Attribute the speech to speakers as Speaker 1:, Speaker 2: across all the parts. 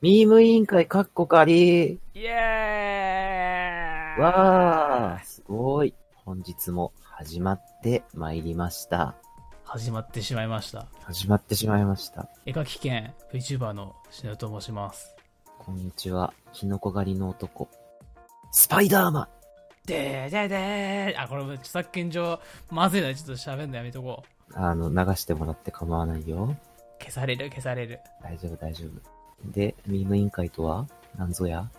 Speaker 1: ミーム委員会かっこかり
Speaker 2: イエーイ
Speaker 1: わー、すごい。本日も始まってまいりました。
Speaker 2: 始まってしまいました。
Speaker 1: 始まってしまいました。
Speaker 2: 絵描き兼 VTuber のしのと申します。
Speaker 1: こんにちは。キノコ狩りの男。スパイダーマン
Speaker 2: でーでーでーあ、これ著作権上、まずいな、ちょっと喋んのやめとこう。
Speaker 1: あの、流してもらって構わないよ。
Speaker 2: 消される、消される。
Speaker 1: 大丈夫、大丈夫。で、ミーム委員会とはなんぞや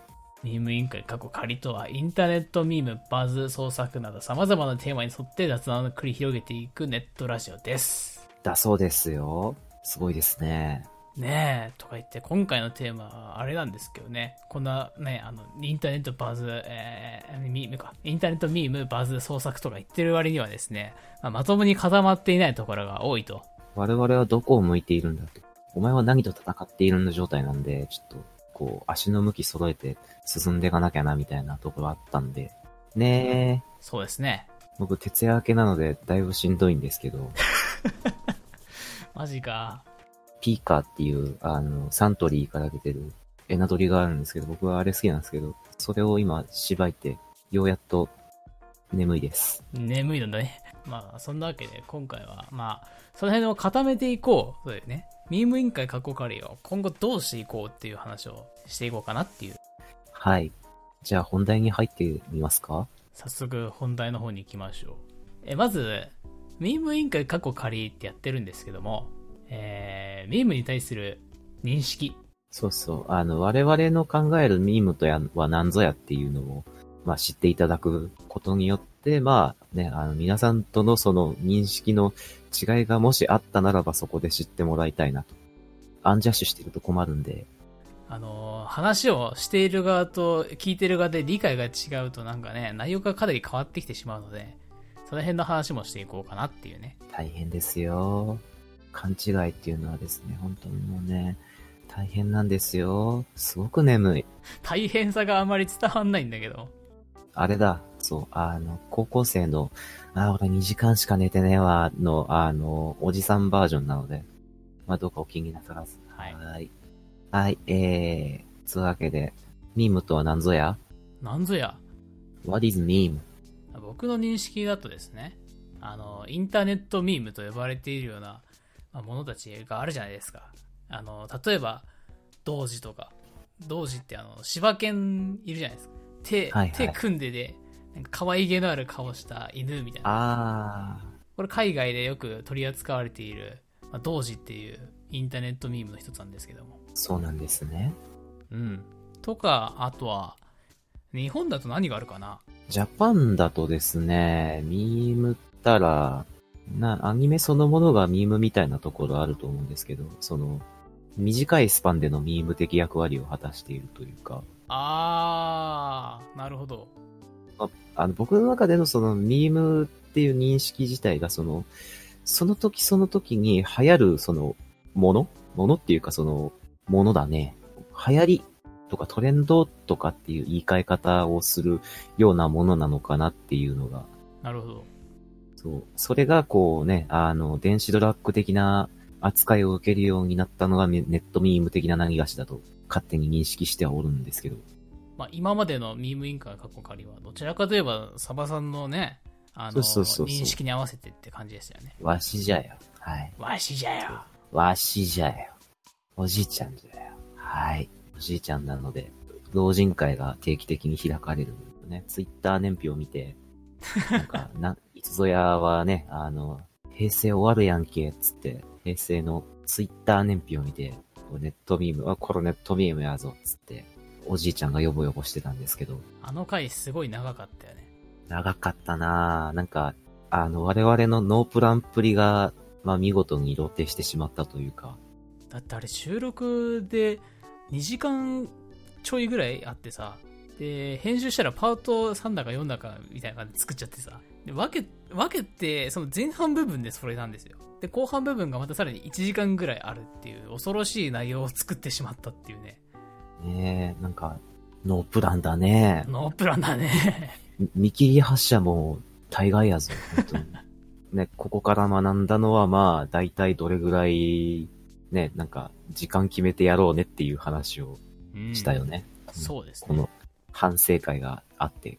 Speaker 2: ミーム委員会過去仮とは、インターネットミーム、バズ、創作など様々なテーマに沿って雑談を繰り広げていくネットラジオです。
Speaker 1: だそうですよ。すごいですね。
Speaker 2: ねえ、とか言って、今回のテーマはあれなんですけどね、こんなね、あの、インターネットバズ、えー、ミームか、インターネットミーム、バズ、創作とか言ってる割にはですね、まあまともに固まっていないところが多いと。
Speaker 1: 我々はどこを向いているんだと。お前は何と戦っているんだ状態なんで、ちょっと、こう、足の向き揃えて進んでいかなきゃな、みたいなところあったんで。ねえ、
Speaker 2: そうですね。
Speaker 1: 僕、徹夜明けなので、だいぶしんどいんですけど、
Speaker 2: マジか。
Speaker 1: ピーカーっていう、あの、サントリーから出てる、エナドリがあるんですけど、僕はあれ好きなんですけど、それを今、しばいて、ようやっと、眠いです。
Speaker 2: 眠いのだね。まあ、そんなわけで、今回は、まあ、その辺を固めていこう。そうだよね。ミーム委員会過去仮を今後どうしていこうっていう話をしていこうかなっていう。
Speaker 1: はい。じゃあ、本題に入ってみますか
Speaker 2: 早速本題の方に行きましょうえまずミーム委員会過去仮ってやってるんですけども、えー、ミームに対する認識
Speaker 1: そうそう。あの、我々の考えるミームとやは何ぞやっていうのを、まあ知っていただくことによって、まあね、あの、皆さんとのその認識の違いがもしあったならばそこで知ってもらいたいなと。アンジャッシュしてると困るんで、
Speaker 2: あのー話をしている側と聞いてる側で理解が違うとなんかね内容がかなり変わってきてしまうのでその辺の話もしていこうかなっていうね
Speaker 1: 大変ですよ。勘違いっていうのはですね、本当にもうね、大変なんですよ。すごく眠い。
Speaker 2: 大変さがあまり伝わんないんだけど
Speaker 1: あれだ、そう、あの、高校生の、あ、俺2時間しか寝てねえわ、の、あの、おじさんバージョンなので、まあ、どうかお気になさらず。
Speaker 2: はい
Speaker 1: はい。はい、えー、つうわけで、ミームとは何ぞや
Speaker 2: なんぞや
Speaker 1: ?What is meme?
Speaker 2: 僕の認識だとですねあのインターネットミームと呼ばれているようなまあものたちがあるじゃないですかあの例えば童子とか童子ってあの柴犬いるじゃないですか手,、
Speaker 1: はいはい
Speaker 2: 手組んででなんか可愛げのある顔した犬みたいな
Speaker 1: あ
Speaker 2: これ海外でよく取り扱われている、まあ、童子っていうインターネットミームの一つなんですけども
Speaker 1: ー、そうなんですね。
Speaker 2: うんとかあとは日本だと何があるかな
Speaker 1: ジャパンだとですね、ミームったら、な、アニメそのものがミームみたいなところあると思うんですけど、その、短いスパンでのミーム的役割を果たしているというか、
Speaker 2: あーなるほど
Speaker 1: あの、僕の中でのそのミームっていう認識自体がその、その時その時に流行るその、ものものっていうかその、ものだね。流行りとかトレンドとかっていう言い換え方をするようなものなのかなっていうのが、
Speaker 2: なるほど
Speaker 1: そう。それがこうね、あの、電子ドラッグ的な扱いを受けるようになったのがみネットミーム的な何がしだと勝手に認識してはおるんですけど。
Speaker 2: まあ、今までのミームインカー過去仮はどちらかといえばサバさんのねあの
Speaker 1: そうそうそうそう
Speaker 2: 認識に合わせてって感じでしたよね
Speaker 1: わしじゃよ。はい。
Speaker 2: わしじゃよ
Speaker 1: わしじゃよ。おじいちゃんじゃよ。はい。おじいちゃんなので、老人会が定期的に開かれるんですよね。ツイッター年表を見て、なんか、な、いつぞやはね、あの、平成終わるやんけ、つって、平成のツイッター年表を見て、こうネットビーム、あ、これネットビームやぞ、つって、おじいちゃんがヨボヨボしてたんですけど、
Speaker 2: あの回すごい長かったよね
Speaker 1: 長かったなぁ。なんか、あの、我々のノープランプリが、まあ見事に露呈してしまったというか、
Speaker 2: だってあれ収録で2時間ちょいぐらいあってさで編集したらパート3だか4だかみたいな感じで作っちゃってさで分け分けてその前半部分でそれなんですよで後半部分がまたさらに1時間ぐらいあるっていう恐ろしい内容を作ってしまったっていうね
Speaker 1: ねえ、なんか、ノープランだね。
Speaker 2: ノープランだね
Speaker 1: み見切り発車も大概やぞ、本当に。ね、ここから学んだのはまあ、だいたいどれぐらい、ね、なんか、時間決めてやろうねっていう話を
Speaker 2: うん
Speaker 1: したよね。
Speaker 2: そうです
Speaker 1: こ
Speaker 2: ね
Speaker 1: の反省会があって、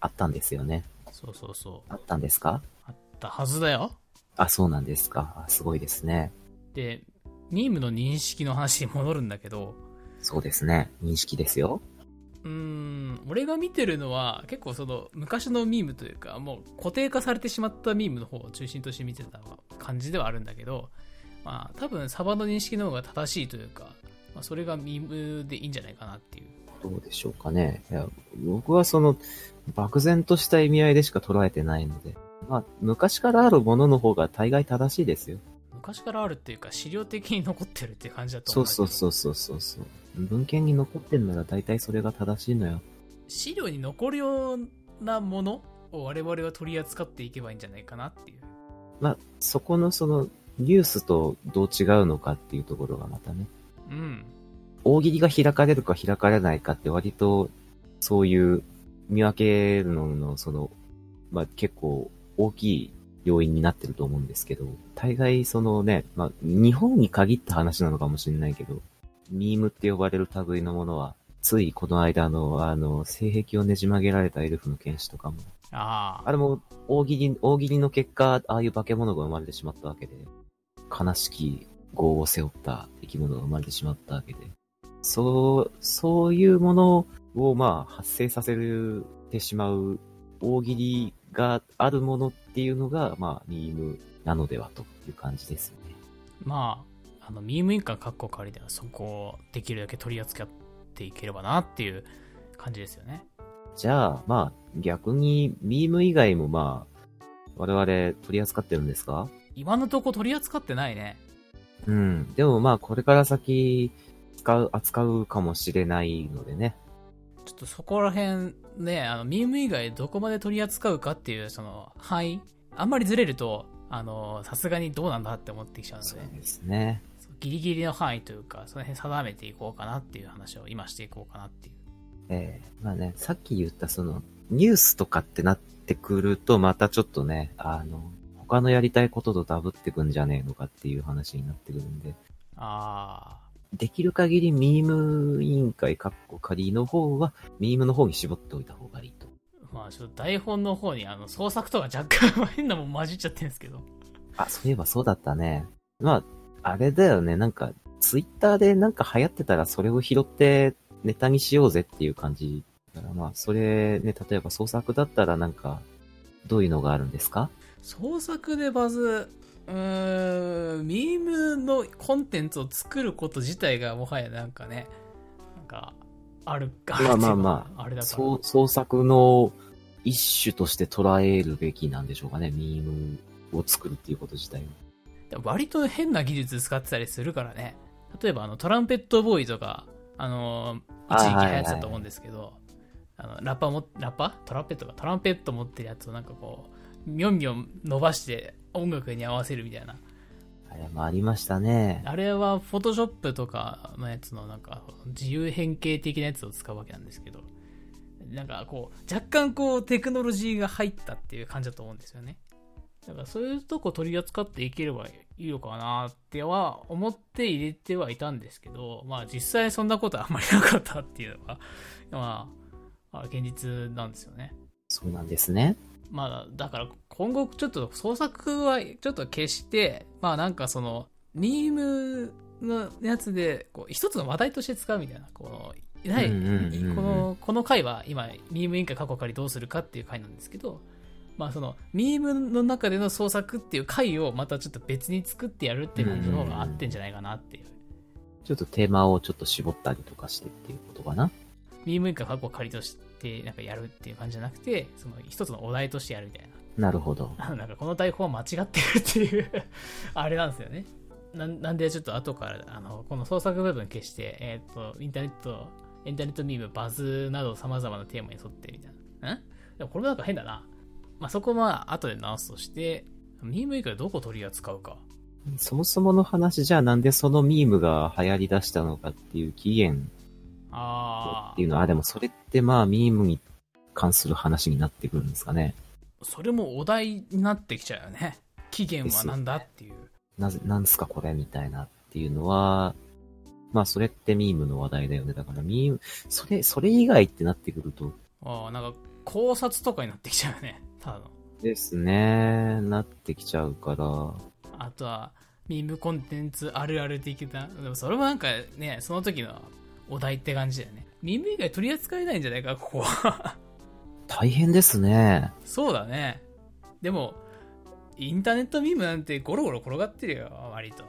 Speaker 1: あったんですよね。
Speaker 2: そうそうそう
Speaker 1: あったんですか
Speaker 2: あったはずだよ
Speaker 1: あ、そうなんですか。あすごいですね。
Speaker 2: でミームの認識の話に戻るんだけど
Speaker 1: そうですね。認識ですよ。
Speaker 2: うーん俺が見てるのは結構その昔のミームというかもう固定化されてしまったミームの方を中心として見てた感じではあるんだけどまあ多分サバの認識の方が正しいというか、まあ、それがミームでいいんじゃないかなっていう
Speaker 1: どうでしょうかね。いや、僕はその、漠然とした意味合いでしか捉えてないので、まあ、昔からあるものの方が大概正しいですよ。
Speaker 2: 昔からあるっていうか資料的に残ってるっていう感じだと
Speaker 1: そ
Speaker 2: 思う
Speaker 1: うそう
Speaker 2: う
Speaker 1: そうそうそうそう。文献に残ってんなら大体それが正しいのよ。
Speaker 2: 資料に残るようなものを我々は取り扱っていけばいいんじゃないかなっていう
Speaker 1: まあ、そこのその、ニュースとどう違うのかっていうところがまたね、
Speaker 2: うん
Speaker 1: 大喜利が開かれるか開かれないかって割と、そういう見分けるのの、その、まあ、結構大きい要因になってると思うんですけど、大概そのね、まあ、日本に限った話なのかもしれないけど、ミームって呼ばれる類のものは、ついこの間の、あの、性癖をねじ曲げられたエルフの剣士とかも、
Speaker 2: あ
Speaker 1: あ
Speaker 2: あ
Speaker 1: れも大喜利、大喜利の結果、ああいう化け物が生まれてしまったわけで、悲しき業を背負った生き物が生まれてしまったわけで、そう、そういうものをまあ発生させるてしまう大喜利があるものっていうのが、まあ、ミームなのではという感じですよね。
Speaker 2: まあ、あの、ミームインカー括弧借りではそこをできるだけ取り扱っていければなっていう感じですよね。
Speaker 1: じゃあ、まあ、逆に、ミーム以外もまあ、我々取り扱ってるんですか
Speaker 2: 今のとこ取り扱ってないね。
Speaker 1: うん。でもまあ、これから先、使う、扱うかもしれないのでね。
Speaker 2: ちょっとそこら辺ね、あの、ミーム以外どこまで取り扱うかっていう、その、範囲。あんまりずれると、あの、さすがにどうなんだって思ってきちゃうの
Speaker 1: そう
Speaker 2: で、
Speaker 1: ですね。
Speaker 2: そうギリギリの範囲というか、その辺定めていこうかなっていう話を今していこうかなっていう。
Speaker 1: ええまあね、さっき言ったその、ニュースとかってなってくると、またちょっとね、あの、他のやりたいこととダブってくんじゃねえのかっていう話になってくるんで、
Speaker 2: ああ、
Speaker 1: できる限りミーム委員会、カッコ仮の方は、ミームの方に絞っておいた方がいいと。
Speaker 2: まあちょっと台本の方にあの、創作とか若干 変なもん混じっちゃってるんですけど。
Speaker 1: あ、そういえばそうだったね。まあ、あれだよね、なんか、ツイッターでなんか流行ってたらそれを拾ってネタにしようぜっていう感じ。だからまあ、それね、例えば創作だったらなんか、どういうのがあるんですか
Speaker 2: 創作でバズうーんミームのコンテンツを作ること自体がもはやなんかねなんかあるか
Speaker 1: まあまあま
Speaker 2: ああれだから
Speaker 1: そう創作の一種として捉えるべきなんでしょうかね、ミームを作るっていうこと自体を。
Speaker 2: でも割と変な技術使ってたりするからね例えばあのトランペットボーイとかあのー一時期流行ってたと思うんですけど、あのラッパもラッパトランペットかトランペット持ってるやつをなんかこうみょんみょん伸ばして音楽に合わせるみたいな
Speaker 1: あれもありましたね。
Speaker 2: あれはフォトショップとかのやつのなんか自由変形的なやつを使うわけなんですけどなんかこう若干こうテクノロジーが入ったっていう感じだと思うんですよねだからそういうとこ取り扱っていければいいのかなっては思って入れてはいたんですけどまあ実際そんなことはあんまりなかったっていうのがまあまあ現実なんですよね
Speaker 1: そうなんですね。
Speaker 2: まあ、だから今後ちょっと創作はちょっと消して、まあなんかその、ミームのやつで、こう、一つの話題として使うみたいな、この、ない、
Speaker 1: うんうんうんうん
Speaker 2: この、この回は今、ミーム委員会過去仮どうするかっていう回なんですけど、まあその、ミームの中での創作っていう回をまたちょっと別に作ってやるっていう感じの方が合ってんじゃないかなっていう。
Speaker 1: ちょっとテーマをちょっと絞ったりとかしてっていうことかな。
Speaker 2: ミーム委員会過去仮として、なんかやるっていう感じじゃなくて、その、一つのお題としてやるみたいな。
Speaker 1: なるほど。
Speaker 2: あ のなんかこの台本は間違ってるっていう、 あれなんですよね。なんなんでちょっと後から、あの、この創作部分消して、えっ、と、インターネット、インターネットミーム、バズなど様々なテーマに沿ってみたいな。んでもこれもなんか変だな。まあ、そこは後で直すとして、ミーム以外どこ取り扱うか。
Speaker 1: そもそもの話じゃあなんでそのミームが流行り出したのかっていう起源
Speaker 2: あ
Speaker 1: っていう
Speaker 2: あ、
Speaker 1: のは、あでもそれってまあミームに関する話になってくるんですかね。
Speaker 2: それもお題になってきちゃうよね。期限はなんだっていう。
Speaker 1: なぜ、なんすかこれみたいなっていうのは、まあそれってミームの話題だよね。だからミーム、それ、それ以外ってなってくると、
Speaker 2: ああ、なんか考察とかになってきちゃうよね。ただの。
Speaker 1: ですね、なってきちゃうから、
Speaker 2: あとは、ミームコンテンツあるある的な。でもそれもなんかね、その時のお題って感じだよね。ミーム以外取り扱えないんじゃないか、ここは。
Speaker 1: 大変ですね。
Speaker 2: そうだね。でも、インターネットミームなんてゴロゴロ転がってるよ、割と。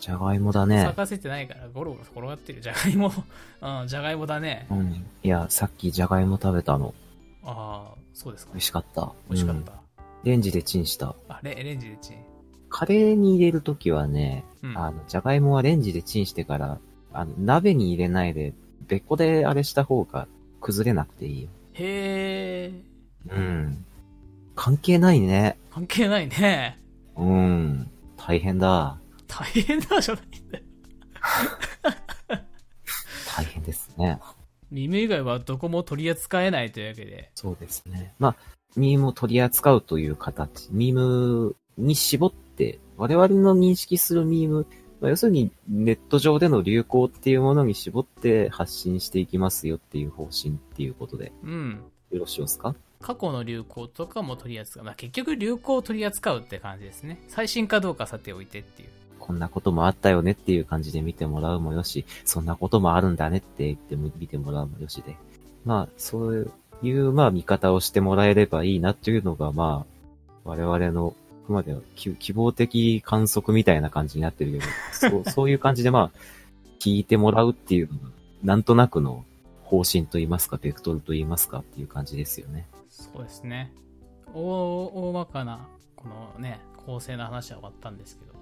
Speaker 1: じゃがいもだね
Speaker 2: 咲。かせてないからゴロゴロ転がってる。じゃがいも、 うん、じゃがいもだね。
Speaker 1: うん。いや、さっきじゃがいも食べたの。
Speaker 2: ああ、そうですか
Speaker 1: 美。味しかった。
Speaker 2: 美味しかっ
Speaker 1: うん
Speaker 2: た。
Speaker 1: レンジでチンした。
Speaker 2: あ、レレンジでチン。
Speaker 1: カレーに入れるときはね、
Speaker 2: うん。
Speaker 1: あの、じゃがいもはレンジでチンしてから、あの、鍋に入れないで、別個であれした方が崩れなくていいよ。
Speaker 2: へえ、
Speaker 1: うん。関係ないね。
Speaker 2: 関係ないね。
Speaker 1: うん。大変だ。
Speaker 2: 大変だじゃないんだよ。
Speaker 1: 大変ですね。
Speaker 2: 耳以外はどこも取り扱えないというわけで。
Speaker 1: そうですね。まあ、ミームを取り扱うという形、ミームに絞って、我々の認識するミーム、まあ、要するにネット上での流行っていうものに絞って発信していきますよっていう方針っていうことで、
Speaker 2: うん。
Speaker 1: よろしいですか
Speaker 2: 過去の流行とかも取り扱う。まあ、結局流行を取り扱うって感じですね。最新かどうかさておいてっていう。
Speaker 1: こんなこともあったよねっていう感じで見てもらうもよし、そんなこともあるんだねって言っても見てもらうもよしで。まあ、そういう、まあ、見方をしてもらえればいいなっていうのが、まあ、我々の、あくまで希希望的観測みたいな感じになってるけど、そう、 そういう感じで、まあ、聞いてもらうっていうのが、なんとなくの方針と言いますか、ベクトルと言いますかっていう感じですよね。
Speaker 2: そうですね。大大まかな、このね、構成の話は終わったんですけど。ま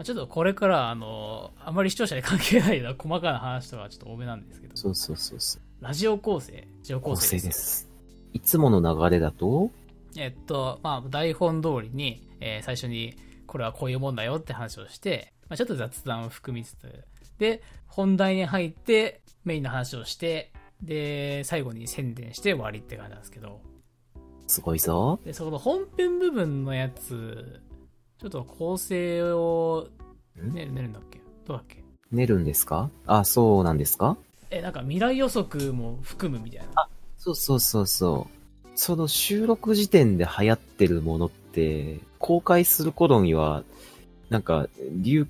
Speaker 2: あちょっとこれから、あの、あまり視聴者に関係ないような細かな話とかはちょっと多めなんですけど。
Speaker 1: そうそうそうそう。
Speaker 2: ラジオ構成。ラジオ構
Speaker 1: 構
Speaker 2: 成
Speaker 1: 成で
Speaker 2: です。
Speaker 1: す。いつもの流れだと、
Speaker 2: えっと、まあ、台本通りに、えー最初に、これはこういうもんだよって話をして、まあ、ちょっと雑談を含みつつ、で、本題に入って、メインの話をして、で、最後に宣伝して終わりって感じなんですけど、
Speaker 1: すごいぞ。
Speaker 2: で、そこの本編部分のやつ、ちょっと構成を、
Speaker 1: ん
Speaker 2: ね、寝るんだっけどうだっけ
Speaker 1: 寝るんですかあ、そうなんですか
Speaker 2: え、なんか未来予測も含むみたいな。
Speaker 1: そうそうそうそう。その収録時点で流行ってるものって、公開する頃には、なんか、流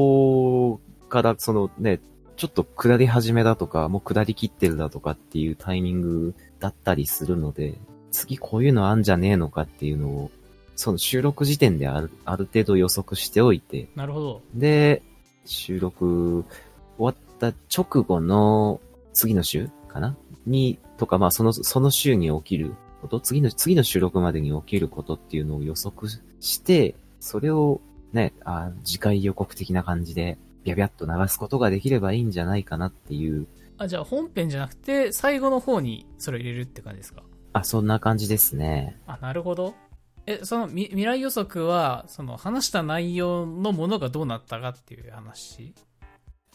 Speaker 1: 行から、そのね、ちょっと下り始めだとか、もう下りきってるだとかっていうタイミングだったりするので、次こういうのあんじゃねえのかっていうのを、その収録時点であるある程度予測しておいて、
Speaker 2: なるほど。
Speaker 1: で、収録終わった直後の次の週かなに、とか、まあその、その週に起きること、次の、次の収録までに起きることっていうのを予測して、それをね、あ次回予告的な感じで、ビャビャっと流すことができればいいんじゃないかなっていう、
Speaker 2: あ、じゃあ本編じゃなくて、最後の方にそれを入れるって感じですか
Speaker 1: あ、そんな感じですね。
Speaker 2: あ、なるほど。え、そのみ未来予測は、その話した内容のものがどうなったかっていう話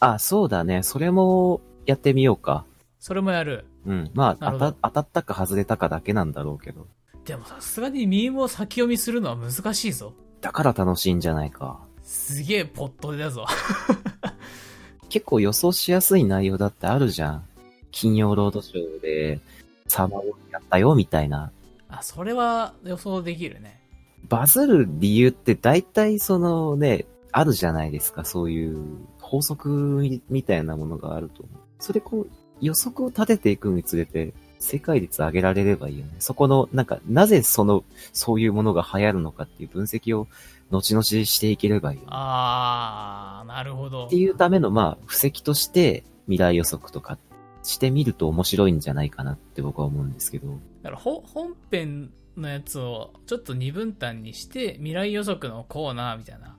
Speaker 1: あ、そうだね。それもやってみようか。
Speaker 2: それもやる。
Speaker 1: うん。ま
Speaker 2: な
Speaker 1: あ、
Speaker 2: る
Speaker 1: 当
Speaker 2: ほど
Speaker 1: た当たったか外れたかだけなんだろうけど。
Speaker 2: でもさすがにミームを先読みするのは難しいぞ。
Speaker 1: だから楽しいんじゃないか。
Speaker 2: すげえポットでだぞ。
Speaker 1: 結構予想しやすい内容だってあるじゃん。金曜ロードショーで、サマーウォーやったよ、みたいな。
Speaker 2: あ、それは予想できるね。
Speaker 1: バズる理由って大体そのね、あるじゃないですか。そういう法則みみたいなものがあると思う。それこう、予測を立てていくにつれて、正解率上げられればいいよね。そこの、なんか、なぜその、そういうものが流行るのかっていう分析を、後々していければいいよね、
Speaker 2: あー、なるほど
Speaker 1: って。いうための、まあ、布石として未来予測とかしてみると面白いんじゃないかなって僕は思うんですけど。
Speaker 2: だからほ本編のやつをちょっと二分担にして、未来予測のコーナーみたいな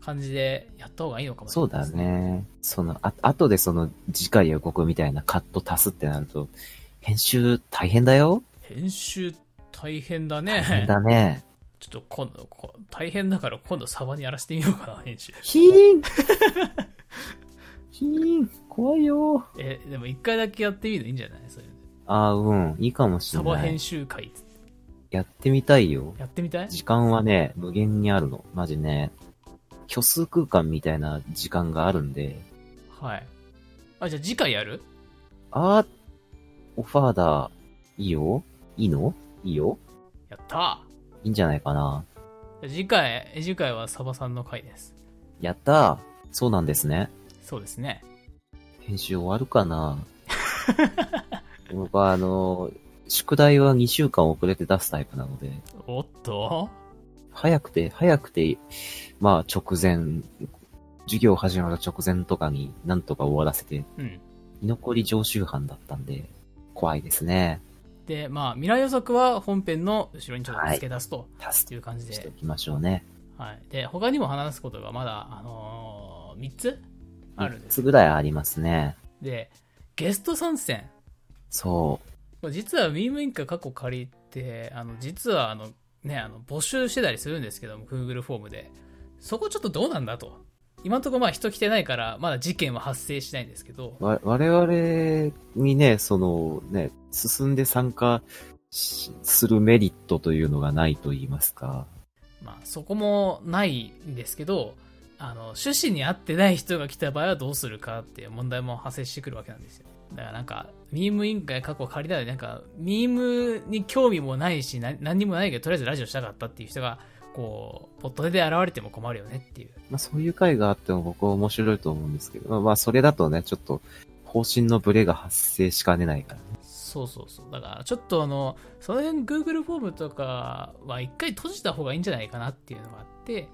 Speaker 2: 感じでやった方がいいのかもしれ
Speaker 1: そう
Speaker 2: ない
Speaker 1: だ
Speaker 2: です。
Speaker 1: ね。その、あ、後でその次回予告みたいなカット足すってなると、編集大変だよ
Speaker 2: 編集大変だね。
Speaker 1: 大変だね。
Speaker 2: ちょっと今度、こ大変だから今度サバにやらせてみようかな、編集。
Speaker 1: ヒーンヒーン怖いよ
Speaker 2: え、でも一回だけやってみるのいいんじゃないそういうの
Speaker 1: ああ、うん。いいかもし
Speaker 2: サ
Speaker 1: れ
Speaker 2: バ
Speaker 1: な
Speaker 2: 編
Speaker 1: い。
Speaker 2: 集会っつって
Speaker 1: やってみたいよ。
Speaker 2: やってみたい
Speaker 1: 時間はね、無限にあるの。マジね。虚数空間みたいな時間があるんで、
Speaker 2: はい。あ、じゃあ次回やる
Speaker 1: あー、オファーだ。いいよいいのいいよ
Speaker 2: やったー
Speaker 1: いいんじゃないかな。
Speaker 2: じゃあ次回、え次回はサバさんの回です。
Speaker 1: やったー。そうなんですね。
Speaker 2: そうですね。
Speaker 1: 編集終わるか な僕はあの、宿題は2週間遅れて出すタイプなので、
Speaker 2: おっと
Speaker 1: 早くて、早くて、まあ直前、授業始まる直前とかになんとか終わらせて、
Speaker 2: うん。
Speaker 1: 居残り常習犯だったんで、怖いですね。
Speaker 2: で、まあ、未来予測は本編の後ろにちょっと付け出すと
Speaker 1: 助
Speaker 2: いう感じ
Speaker 1: けしてお
Speaker 2: で。
Speaker 1: きましょうね。
Speaker 2: はい。で、他にも話すことがまだ、あのー、3つあるん
Speaker 1: 3
Speaker 2: です
Speaker 1: つ。ぐらいありますね。
Speaker 2: で、ゲスト参戦。
Speaker 1: そ
Speaker 2: これ実は WeM 委員会過去借りて、あの、実はあの、ね、あの、募集してたりするんですけども、Google フォームで。そこちょっとどうなんだと。今のところまあ人来てないから、まだ事件は発生しないんですけど
Speaker 1: う。、わ我々にね、そのね、進んで参加しするメリットというのがないと言いますか。
Speaker 2: まあそこもないんですけど、あの、趣旨に合ってない人が来た場合はどうするかっていう問題も発生してくるわけなんですよ。だからなんか、ミーム委員会過去借りたので、なんか、ミームに興味もないし、な何にもないけど、とりあえずラジオしたかったっていう人が、こう、ポットで現れても困るよねっていう。
Speaker 1: まあそういう回があっても僕は面白いと思うんですけど、まあまあそれだとね、ちょっと方針のブレが発生しかねないからね。
Speaker 2: そうそうそう。だから、ちょっとあの、その辺 Google フォームとかは一回閉じた方がいいんじゃないかなっていうのがあって、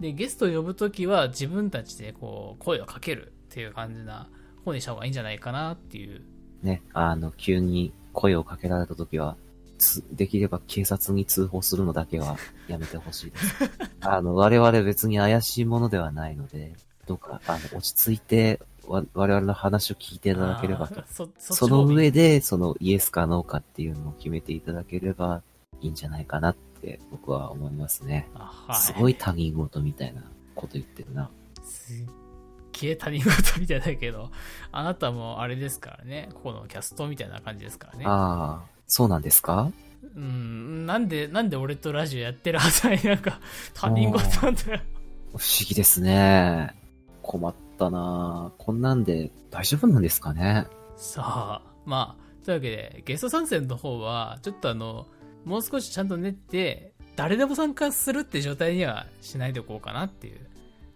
Speaker 2: で、ゲストを呼ぶときは自分たちでこう、声をかけるっていう感じな方にした方がいいんじゃないかなっていう。
Speaker 1: ね、あの、急に声をかけられた時は、つできれば警察に通報するのだけはやめてほしいです。あの、我々別に怪しいものではないので、どうか、あの、落ち着いて、わ我々の話を聞いていただければと
Speaker 2: あ。ーそ そっち
Speaker 1: その
Speaker 2: 方がいい
Speaker 1: 上で、そのイエスかノーかっていうのを決めていただければいいんじゃないかなって僕は思いますね。
Speaker 2: あはい、
Speaker 1: すごい他人事みたいなこと言ってるな。
Speaker 2: すっげえ他人事みたいだけど、あなたもあれですからね、ここのキャストみたいな感じですからね。
Speaker 1: ああ、そうなんですか
Speaker 2: うん、なんで、なんで俺とラジオやってるはずなのになんか、他人事なんだよ。
Speaker 1: 不思議ですね。困ったなぁこんなんで大丈夫なんですかね
Speaker 2: さあ、まあ、というわけで、ゲスト参戦の方は、ちょっとあの、もう少しちゃんと練って、誰でも参加するって状態にはしないでおこうかなっていう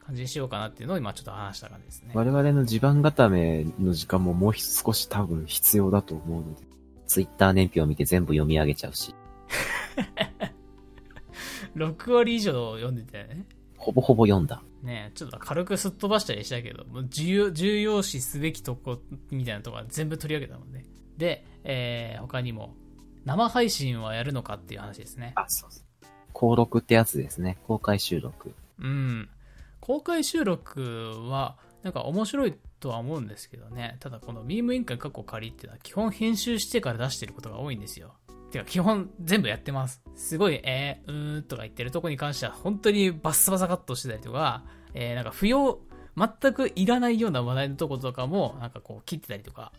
Speaker 2: 感じにしようかなっていうのを今ちょっと話した感じですね。
Speaker 1: 我々の地盤固めの時間ももう少し多分必要だと思うので、ツイッター年表を見て全部読み上げちゃうし、
Speaker 2: 6割以上読んでたよね。
Speaker 1: ほぼほぼ読んだ。
Speaker 2: ねえちょっと軽くすっ飛ばしたりしたけど、もう重要重要視すべきとこみたいなとこは全部取り上げたもんね。で、えー、他にも、生配信はやるのかっていう話ですね。
Speaker 1: あ、そうそう。登録ってやつですね。公開収録。
Speaker 2: うん。公開収録は、なんか面白いとは思うんですけどね。ただこのビーム委員会過去仮っていうのは基本編集してから出してることが多いんですよ。てか基本全部やってます。すごい、えー、うーんとか言ってるとこに関しては本当にバッサバサカットしてたりとか、えー、なんか不要、全くいらないような話題のとことかも、なんかこう切ってたりとか、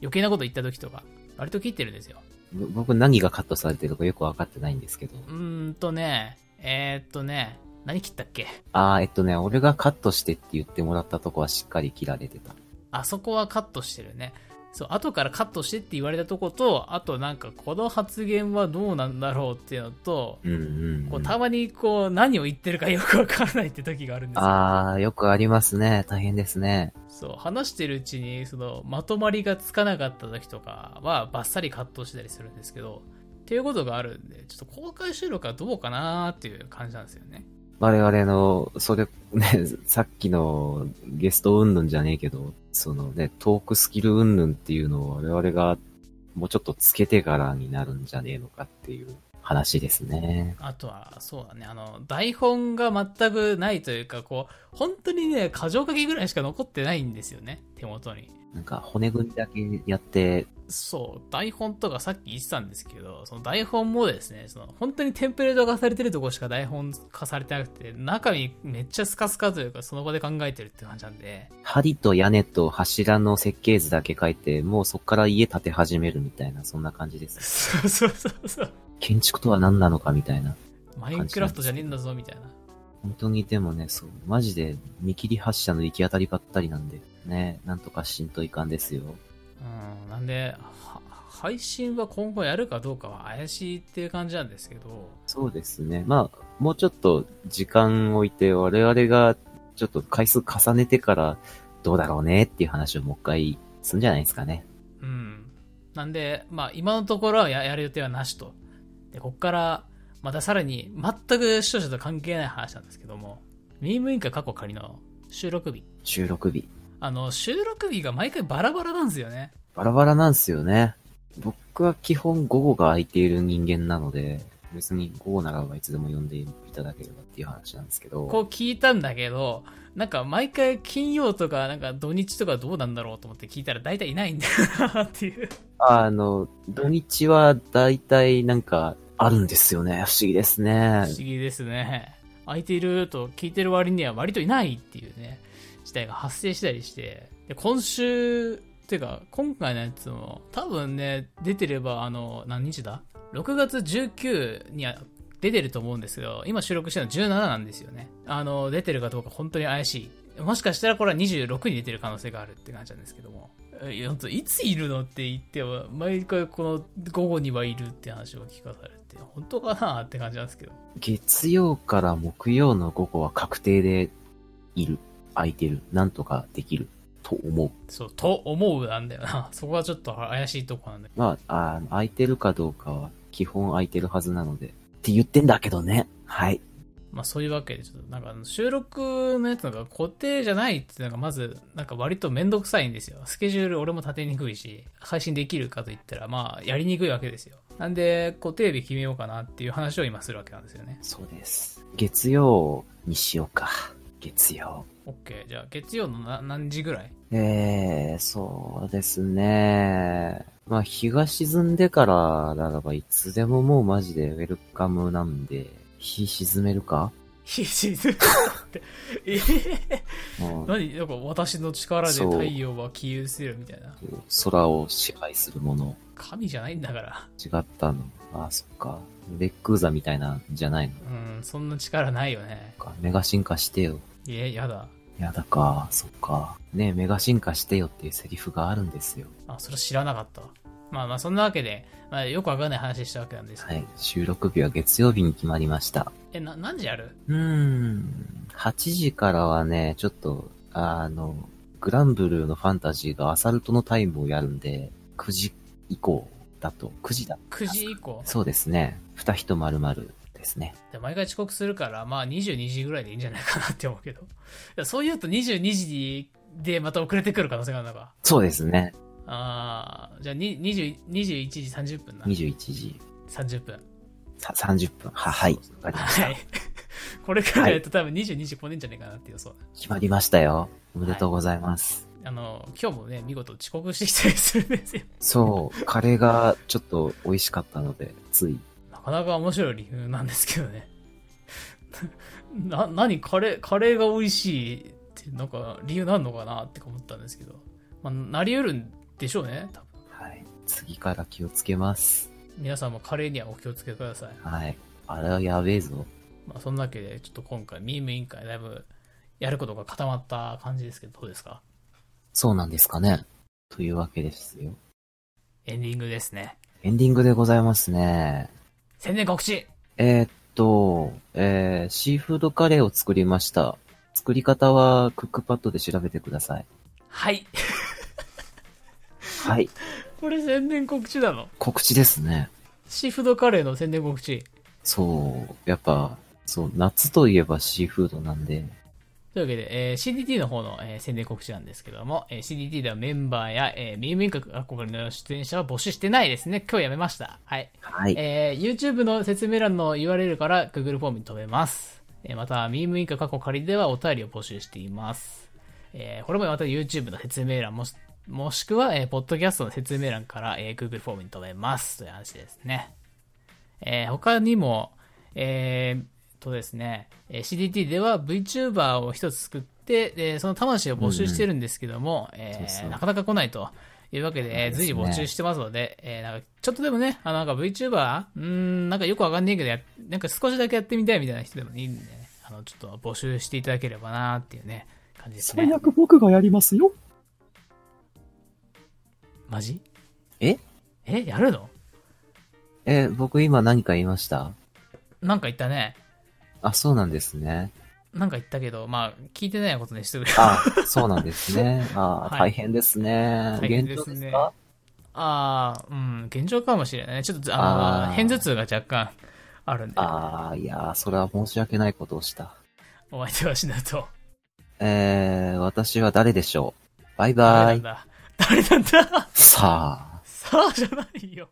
Speaker 2: 余計なこと言った時とか、割と切ってるんですよ。
Speaker 1: ぼ僕何がカットされてるかよくわかってないんですけど。
Speaker 2: うーんとね、えー、っとね、何切ったっけ
Speaker 1: あー、えっとね、俺がカットしてって言ってもらったとこはしっかり切られてた。
Speaker 2: あそこはカットしてるね。そう、後からカットしてって言われたとこと、あとなんかこの発言はどうなんだろうっていうのと、
Speaker 1: うんうん、う。
Speaker 2: こうんたまにこう何を言ってるかよくわからないって時があるんですよ
Speaker 1: あー、よくありますね。大変ですね。
Speaker 2: そう、話してるうちにそのまとまりがつかなかった時とかはバッサリカットしてたりするんですけど、っていうことがあるんで、ちょっと公開収録はどうかなーっていう感じなんですよね。
Speaker 1: 我々の、それ、ね、 さっきのゲスト云々じゃねえけど、そのね、トークスキル云々っていうのを我々がもうちょっとつけてからになるんじゃねえのかっていう話ですね。
Speaker 2: あとは、そうだね、あの、台本が全くないというか、こう、本当にね、過剰書きぐらいしか残ってないんですよね、手元に。
Speaker 1: なんか骨組みだけやって、
Speaker 2: そう、台本とかさっき言ってたんですけど、その台本もですね、その本当にテンプレート化されてるとこしか台本化されてなくて、中身めっちゃスカスカというか、その場で考えてるって感じなんで、
Speaker 1: 針と屋根と柱の設計図だけ書いて、もうそっから家建て始めるみたいな、そんな感じです。
Speaker 2: そうそうそうそう、
Speaker 1: 建築とは何なのかみたいな。
Speaker 2: マインクラフトじゃねえんだぞ、みたいな。
Speaker 1: 本当にでもね、そう、マジで見切り発車の行き当たりばったりなんで、ね、なんとかしんといかんですよ。
Speaker 2: うん、なんで、は配信は今後やるかどうかは怪しいっていう感じなんですけど、
Speaker 1: そうですね。まあ、もうちょっと時間を置いて、我々がちょっと回数重ねてから、どうだろうねっていう話をもう一回するんじゃないですかね。
Speaker 2: うん。なんで、まあ、今のところはややる予定はなしと。で、こっから、またさらに、全く視聴者と関係ない話なんですけども、ミーム委員会過去仮の収録日。
Speaker 1: 収録日。
Speaker 2: あの、収録日が毎回バラバラなんですよね。
Speaker 1: バラバラなんですよね。僕は基本午後が空いている人間なので、別に午後ならばいつでも呼んでいただければっていう話なんですけ
Speaker 2: こ
Speaker 1: ど、
Speaker 2: う聞いたんだけど、なんか毎回金曜とか、なんか土日とかどうなんだろうと思って聞いたら大体いないんだよなっていう。
Speaker 1: あの、土日は大体なんかあるんですよね。不思議です
Speaker 2: 不
Speaker 1: ね
Speaker 2: 思。議ですね。空いていると聞いてる割には割といないっていうね、事態が発生したりして、で今週、っていうか、今回のやつも、多分ね、出てれば、あの、何日だ ?6 月19には出てると思うんですけど、今収録してるの17なんですよね。あの、出てるかどうか本当に怪しい。もしかしたらこれは26に出てる可能性があるって感じなんですけども。えいや本当いついるのって言っても、毎回この午後にはいるって話を聞かされて、本当かなって感じなんですけど。
Speaker 1: 月曜から木曜の午後は確定でいる。空いてる。なんとかできる。と思う。
Speaker 2: そう、と思うなんだよな。 そこはちょっと怪しいとこなんだよ。
Speaker 1: まあ、あの空いてるかどうかは基本空いてるはずなので。って言ってんだけどね。はい。
Speaker 2: まあそういうわけで、ちょっとなんかあの収録のやつなんか固定じゃないっていうのがまず、なんか割とめんどくさいんですよ。スケジュール俺も立てにくいし、配信できるかといったら、まあやりにくいわけですよ。なんで固定日決めようかなっていう話を今するわけなんですよね。
Speaker 1: そうです。月曜にしようか。月曜。
Speaker 2: OK。じゃあ月曜のな何時ぐらい
Speaker 1: えー、そうですね。まあ、日が沈んでからならば、いつでももうマジでウェルカムなんで、日沈めるか
Speaker 2: 日沈むって。えー
Speaker 1: もう
Speaker 2: 何なんか私の力で太陽は消え失せるみたいな。
Speaker 1: 空を支配するもの。
Speaker 2: 神じゃないんだから。
Speaker 1: 違ったの。ああ、そっか。レックーザみたいなんじゃないの
Speaker 2: うん、そんな力ないよね。
Speaker 1: か。メガ進化してよ。
Speaker 2: いえ、やだ。
Speaker 1: やだか、そっか。ねえ、メガ進化してよっていうセリフがあるんですよ。
Speaker 2: あ、それ知らなかったわ。まあまあ、そんなわけで、まあ、よくわかんない話したわけなんですけ
Speaker 1: は
Speaker 2: ど。
Speaker 1: い。収録日は月曜日に決まりました。
Speaker 2: え、な、何時やる
Speaker 1: うーん。8時からはね、ちょっと、あの、グランブルーのファンタジーがアサルトのタイムをやるんで、9時以降だと、9時だ。
Speaker 2: ?9 時以降。
Speaker 1: そうですね。二人まるまるですね。
Speaker 2: で毎回遅刻するから、まあ22時ぐらいでいいんじゃないかなって思うけど。いやそう言うと22時でまた遅れてくる可能性があるのか。
Speaker 1: そうですね。
Speaker 2: あーじゃあに20 21時30分な。
Speaker 1: 21時
Speaker 2: 30分。
Speaker 1: さ30分。は、はい。わかりました
Speaker 2: はい。 これからやると多分22時来ねえんじゃないかなって予想。
Speaker 1: 決まりましたよ。おめでとうございます。
Speaker 2: あの、今日もね、見事遅刻してきたりするんですよ。
Speaker 1: そう、カレーがちょっと美味しかったので、つい。
Speaker 2: なかなか面白い理由なんですけどね。 な、何カレー、カレーが美味しいって、なんか理由なんのかなって思ったんですけど。まあ、なり得るんでしょうね、多分。
Speaker 1: はい。次から気をつけます。
Speaker 2: 皆さんもカレーにはお気をつけください。
Speaker 1: はい。あれはやべえぞ。
Speaker 2: まあ、そんなわけで、ちょっと今回、ミーム委員会だいぶ、やることが固まった感じですけど、どうですか
Speaker 1: そうなんですかね。というわけですよ。
Speaker 2: エンディングですね。
Speaker 1: エンディングでございますね。
Speaker 2: 宣伝告知
Speaker 1: えー、っと、えー、シーフードカレーを作りました。作り方はクックパッドで調べてください。
Speaker 2: はい。
Speaker 1: はい。
Speaker 2: これ宣伝告知なの
Speaker 1: 告知ですね。
Speaker 2: シーフードカレーの宣伝告知。
Speaker 1: そう、やっぱ、そう、夏といえばシーフードなんで、
Speaker 2: というわけで、えー CDT の方の、えー宣伝告知なんですけども、えー CDT ではメンバーや、えー、ミームインカ憧れの出演者は募集してないですね。今日やめました。はい。
Speaker 1: はい。
Speaker 2: えー YouTube の説明欄の URL から Google フォームに飛べます。えーまた、ミームインカ過去仮ではお便りを募集しています。えーこれもまた YouTube の説明欄もし、もしくは、えー、ポッドキャストの説明欄から、えー Google フォームに飛べます。という話ですね。えー他にも、えーっとですね、えー CDT では VTuber を一つ作って、えーその魂を募集してるんですけども、えー
Speaker 1: そうそう
Speaker 2: なかなか来ないというわけで、えー
Speaker 1: そうです
Speaker 2: 随時
Speaker 1: ね
Speaker 2: 募集してますので、えーなんかちょっとでもね、あのなんか VTuber? うーん、なんかよくわかんないけどや、なんか少しだけやってみたいみたいな人でもいいんで、ね、あのちょっと募集していただければなっていうね、感じですね。
Speaker 1: 悪僕がやりますよ。
Speaker 2: マジ
Speaker 1: え
Speaker 2: えやるの
Speaker 1: え、僕今何か言いました
Speaker 2: なんか言ったね。
Speaker 1: あ、そうなんですね。
Speaker 2: なんか言ったけど、まあ、聞いてないことにしてくれ。
Speaker 1: あ、そうなんですね。あ、
Speaker 2: はい
Speaker 1: 大変ですね。
Speaker 2: 大変で
Speaker 1: 現
Speaker 2: すね
Speaker 1: 状ですか
Speaker 2: ああ、うん、現状かもしれないね。ちょっと、あ
Speaker 1: あ
Speaker 2: の、
Speaker 1: ー
Speaker 2: 偏頭痛が若干あるんで、
Speaker 1: ああ、いやー、それは申し訳ないことをした。
Speaker 2: お相手はしないと。
Speaker 1: えー、私は誰でしょうバイバ
Speaker 2: 誰なん
Speaker 1: イ。
Speaker 2: だ誰なんだ
Speaker 1: さあ。
Speaker 2: さあじゃないよ。